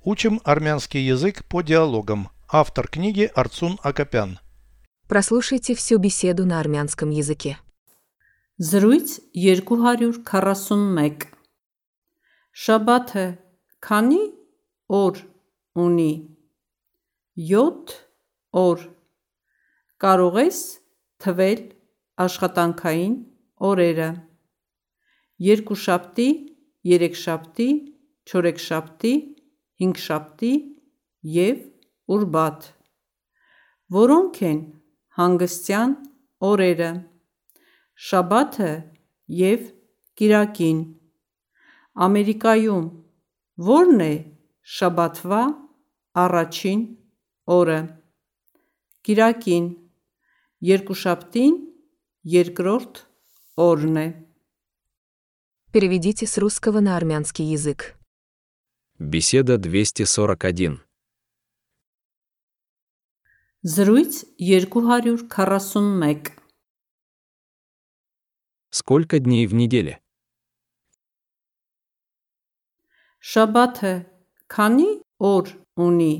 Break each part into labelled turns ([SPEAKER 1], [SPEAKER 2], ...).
[SPEAKER 1] Учим армянский язык по диалогам. Автор книги Арцун Акопян.
[SPEAKER 2] Прослушайте всю беседу на армянском языке.
[SPEAKER 3] Զրույց 241 Շաբաթը քանի օր ունի 7 օր Կարող ես թվել աշխատանքային օրերը Երկուշաբթի, երեքշաբթի, չորեքշաբթի, հինգշաբթի եւ ուրբաթ Որոնք են հանգստյան օրերը Շաբաթը եւ Կիրակին։ Ամերիկայում ո՞րն է Շաբաթվա առաջին օրը։ Կիրակին։ Երկուշաբթին երկրորդ օրն է։
[SPEAKER 2] Переведите с русского на армянский язык.
[SPEAKER 4] Беседа 241.
[SPEAKER 3] Զրույց 241
[SPEAKER 4] Сколько дней в неделе?
[SPEAKER 3] Շաբաթը քանի օր ունի։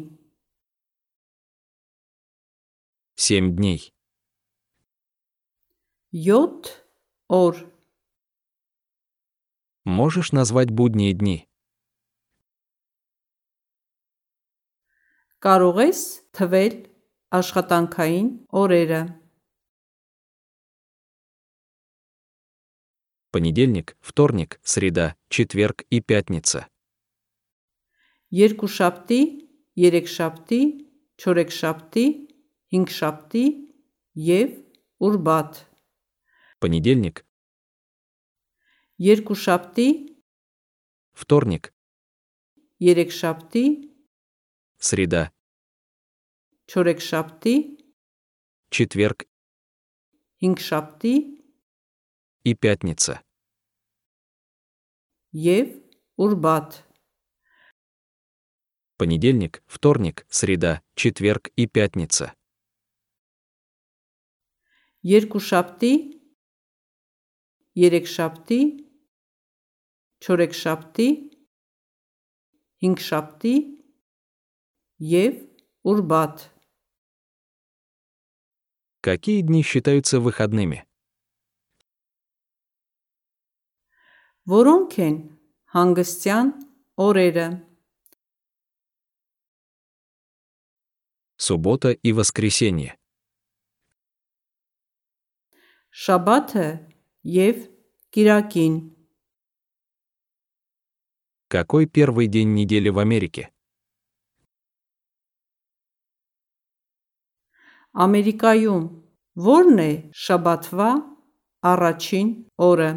[SPEAKER 4] 7 дней.
[SPEAKER 3] 7 օր։
[SPEAKER 4] Можешь назвать будние дни?
[SPEAKER 3] Կարող ես թվել աշխատանքային օրերը։
[SPEAKER 4] Понедельник, вторник, среда, четверг и пятница.
[SPEAKER 3] երկուշաբթի, երեքշաբթի, չորեքշաբթի, հինգշաբթի եւ ուրբաթ։
[SPEAKER 4] Понедельник,
[SPEAKER 3] Երկուշաբթի,
[SPEAKER 4] вторник,
[SPEAKER 3] երեքշաբթի,
[SPEAKER 4] среда,
[SPEAKER 3] չորեքշաբթի,
[SPEAKER 4] четверг
[SPEAKER 3] հինգշաբթի
[SPEAKER 4] и пятница.
[SPEAKER 3] եւ ուրբաթ։
[SPEAKER 4] Понедельник, вторник, среда, четверг и пятница.
[SPEAKER 3] Երկուշաբթի, երեքշաբթի, չորեքշաբթի, հինգշաբթի եւ ուրբաթ։
[SPEAKER 4] Какие дни считаются выходными?
[SPEAKER 3] Որոնք են հանգստյան օրերը։
[SPEAKER 4] Суббота и воскресенье.
[SPEAKER 3] Շաբաթը եւ Կիրակին։
[SPEAKER 4] Какой первый день недели в Америке?
[SPEAKER 3] Ամերիկայում ո՞րն է Շաբաթվա առաջին օրը։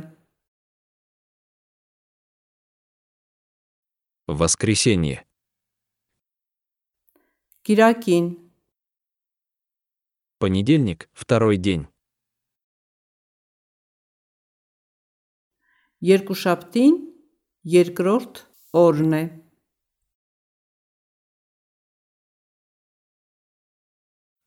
[SPEAKER 4] Воскресенье.
[SPEAKER 3] Կիրակին,
[SPEAKER 4] Понедельник, второй день.
[SPEAKER 3] երկուշաբթին երկրորդ օրն է։